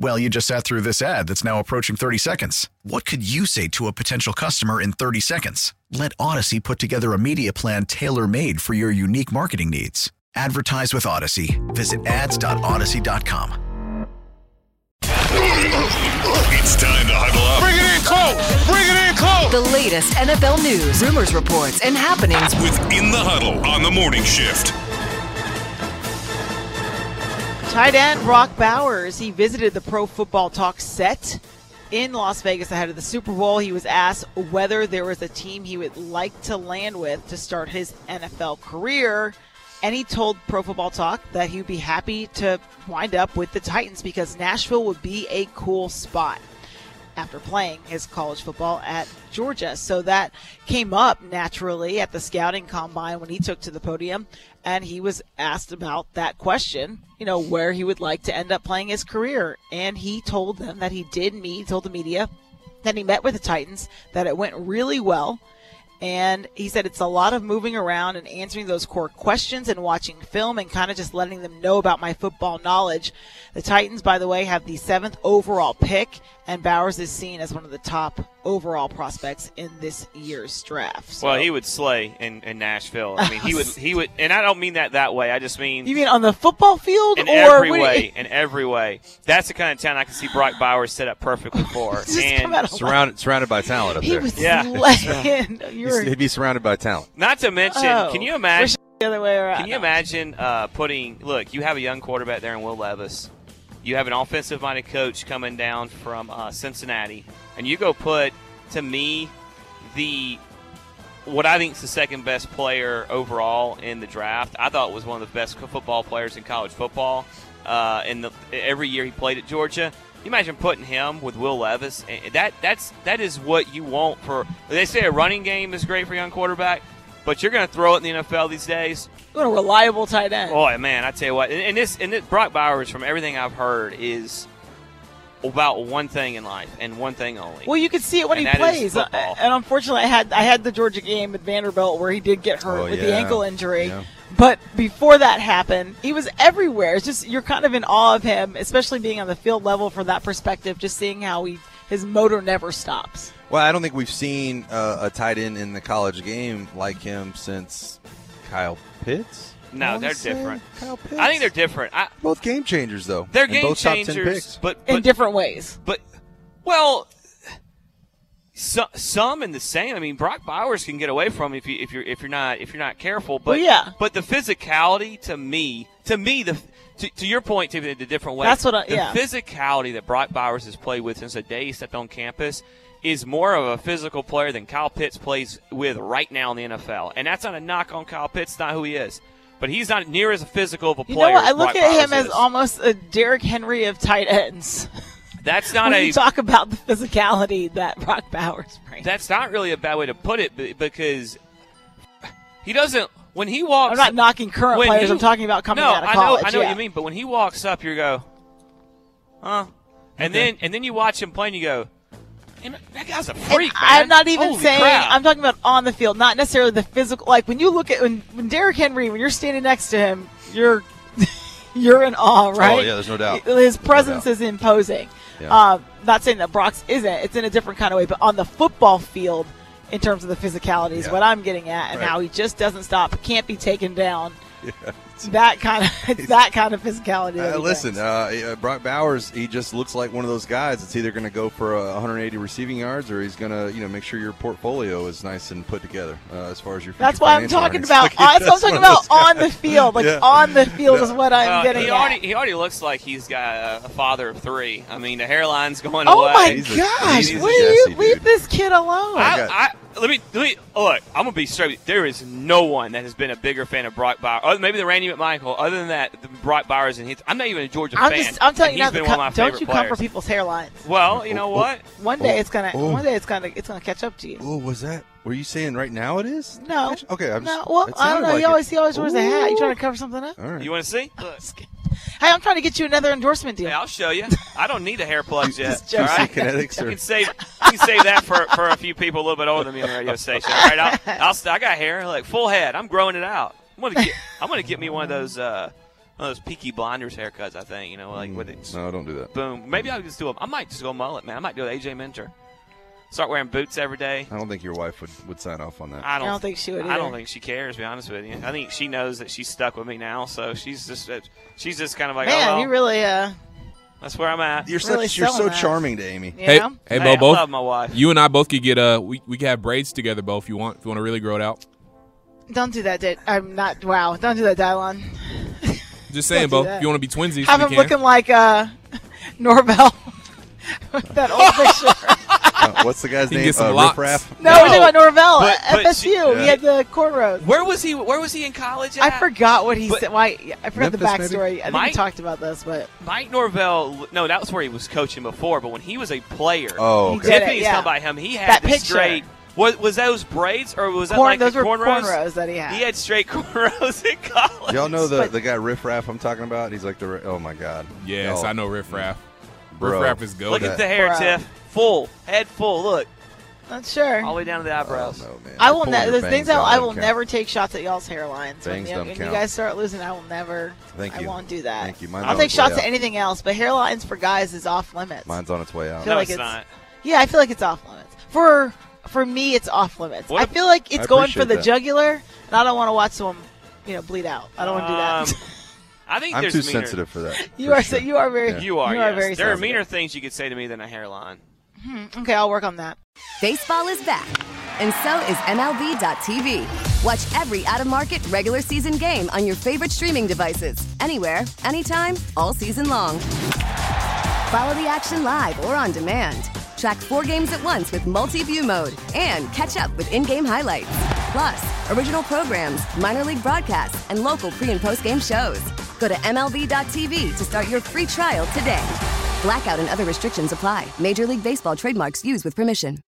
Well, you just sat through this ad that's now approaching 30 seconds. What could you say to a potential customer in 30 seconds? Let Odyssey put together a media plan tailor made for your unique marketing needs. Advertise with Odyssey. Visit ads.odyssey.com. It's time to huddle up. Bring it in close. Bring it in close. The latest NFL news, rumors, reports, and happenings. Within the huddle on the morning shift. Tight end Brock Bowers, he visited the Pro Football Talk set in Las Vegas ahead of the Super Bowl. He was asked whether there was a team he would like to land with to start his NFL career. And he told Pro Football Talk that he would be happy to wind up with the Titans because Nashville would be a cool spot after playing his college football at Georgia. So that came up naturally at the scouting combine when he took to the podium and he was asked about that question, you know, where he would like to end up playing his career. And he told them that he did meet, he told the media that he met with the Titans, that it went really well. And he said it's a lot of moving around and answering those core questions and watching film and kind of just letting them know about my football knowledge. The Titans, by the way, have the seventh overall pick, and Bowers is seen as one of the top overall prospects in this year's draft. So- Well, he would slay in, in Nashville. I mean, he would he would, and I don't mean that that way. I just mean you mean on the football field in or every what do you- way. In every way, that's the kind of town I can see Brock Bowers set up perfectly for. Just come out and of surrounded surrounded by talent up He there. was Yeah. slaying. You He's- were he'd be surrounded by talent. not to mention, Oh. can you imagine? the other way around. Can you imagine uh, putting? Look, you have a young quarterback there in Will Levis. You have an offensive-minded coach coming down from uh, Cincinnati, and you go put to me the what I think is the second best player overall in the draft. I thought was one of the best co- football players in college football. Uh, in the every year he played at Georgia, you imagine putting him with Will Levis. And that that's that is what you want for. They say a running game is great for a young quarterback, but you're going to throw it in the NFL these days. What a reliable tight end. Boy, Oh, man, I tell you what, and, and this and this, Brock Bowers, from everything I've heard, is about one thing in life and one thing only. Well, you could see it when And he that is plays, Uh, football. and unfortunately, I had I had the Georgia game at Vanderbilt where he did get hurt Oh, with the yeah. ankle injury. Yeah. But before that happened, he was everywhere. It's just you're kind of in awe of him, especially being on the field level from that perspective, just seeing how he his motor never stops. Well, I don't think we've seen uh, a tight end in the college game like him since Kyle Pitts. No, I wanna they're say? different. Kyle Pitts. I think they're different. I, both game changers though. they're and game both Top 10 changers, picks. but In but, different ways. but well, so, some in the same. I mean, Brock Bowers can get away from him if you if you're if you're not if you're not careful. Well, But yeah. but the physicality to me, to me the. To, to your point, Tiffany, the different way. That's what I- the yeah. physicality that Brock Bowers has played with since the day he stepped on campus is more of a physical player than Kyle Pitts plays with right now in the NFL. And that's not a knock on Kyle Pitts, not who he is. But he's not near as physical of a You player. know what? I as look Brock at Bowers him as is. almost a Derrick Henry of tight ends. That's not when a you talk about the physicality that Brock Bowers brings. That's not really a bad way to put it be- because he doesn't. When he walks, I'm not knocking current when players. he- I'm talking about coming no, out of I know, college. I know yeah. what you mean. But when he walks up, you go, huh? And then and then you watch him play, and you go, "Man, that guy's a And freak. man. I'm not even Holy saying. crap." I'm talking about on the field, not necessarily the physical. Like when you look at when, when Derrick Henry, when you're standing next to him, you're you're in awe, right? Oh, yeah, there's no doubt. His presence doubt. is imposing. Yeah. Uh, not saying that Brock's isn't. It's in a different kind of way, but on the football field, in terms of the physicality, is Yeah. what I'm getting at, and Right. how he just doesn't stop, can't be taken down. that kind of it's that kind of physicality. that Uh, he listen, brings. uh, Brock Bowers, he just looks like one of those guys. that's either going to go for uh, 180 receiving yards, or he's going to, you know, make sure your portfolio is nice and put together uh, as far as your. that's future why I'm financial talking earnings. about. Like, uh, that's what I'm that's talking one of about those on the guys. field. Like Yeah. on the field is what I'm Uh, getting he at. already he already looks like he's got a, a father of three. I mean, the hairline's going oh away. my He's a- gosh! he's a Will you Jesse, leave dude. this kid alone? I I, I, let me let me look. I'm gonna be straight. with you. There is no one that has been a bigger fan of Brock Bowers. Other, maybe the Randy McMichael. Other than that, the Brock Bowers and his, I'm not even a Georgia I'm fan. just I'm telling you and now. he's the been co- one of my don't favorite you players. come for people's hairlines? Well, you know Oh, oh, what? One day it's gonna. Oh. One day it's gonna. It's gonna catch up to you. Oh, was that? Were you saying right now it is? No. Okay. I'm no. just, Well, it I don't sounded know. Like he always it. he always wears a hat. You Ooh. Uh. trying to cover something up? All right. You want to see? Look, Hey, I'm trying to get you another endorsement deal. yeah, I'll show you. I don't need the hair plugs yet. Just All right. Kinetics You or can save you can save that for, for a few people a little bit older than me on the radio station. All right, I'll, I'll st- I got hair like full head. I'm growing it out. I'm gonna get I'm gonna get me one of those uh one of those Peaky Blinders haircuts. I think you know like with it. No, don't do that. Boom. Maybe I'll just do a, I might just go mullet, man. I might do an AJ Mentor. Start wearing boots every day. I don't think your wife would, would sign off on that. I don't, I don't think she would I don't either. think she cares. To be honest with you, I think she knows that she's stuck with me now, so she's just uh, she's just kind of like, Man, oh, well, you really uh, that's where I'm at. You're really such you're so selling that. charming to Amy. you Hey, know. hey, Hey, I Bo, both love my wife. you and I both could get uh we we could have braids together, Bo, if you want. If you want to really grow it out. Don't do that, Dad. I'm not. Wow. Don't do that, Dylon. Just saying, Don't Bo. do that. If you want to be twinsies, Have we him can. looking like uh, Norvell. that old picture. Uh, what's the guy's You can name? get some uh, locks. Riff Raff? No, No. we're talking about Norvell But- at but FSU. she- uh, He had the cornrows. Where was he? Where was he in college? At? I forgot what he said. Why? I forgot the Memphis, maybe? backstory. I think we Mike? talked about this, but Mike Norvell. No, that was where he was coaching before. But when he was a player, Oh, He okay. did it, Tiffany's yeah. talking about him. He had That the picture. straight. Was, was those braids or was that corn, like those the were cornrows? cornrows that he had. He had straight cornrows in college. Y'all know the, But- the guy Riff Raff I'm talking about? He's like the ri- oh my god. Yes, Y'all- I know Riff Raff. Bro. Riff Raff is goaded. Look at the hair, Bro. Tiff. Full head, full. Look Not sure. all the way down to the Oh, eyebrows. no, man. I will. They're pulling Ne- your there's things bangs I, out. I will Don't count. never take shots at y'all's hairlines. When, Bangs you, don't when you count. guys start losing, I will never. Thank I you. won't do that. Thank you. Mine's I'll on take its shots way at out. anything else, but hairlines for guys is off limits. Mine's on its way out. feel No, like it's it's- not. Yeah, I feel like it's off limits. For for me, it's off limits. What I if- feel like it's I going for appreciate the that. jugular, and I don't want to watch someone, you know, bleed out. I don't want to do Um, I think I'm there's too meaner- sensitive for that. that. you for are so sure. you are very Yeah. You are. You are yes. very there are sensitive. meaner things you could say to me than a hairline. okay. I'll work on that. Baseball is back, and so is MLB.tv. Watch every out of market regular season game on your favorite streaming devices, anywhere, anytime, all season long. Follow the action live or on demand. Track four games at once with multi view mode and catch up with in game highlights. Plus, original programs, minor league broadcasts, and local pre and post game shows. Go to MLB.tv to start your free trial today. Blackout and other restrictions apply. Major League Baseball trademarks used with permission.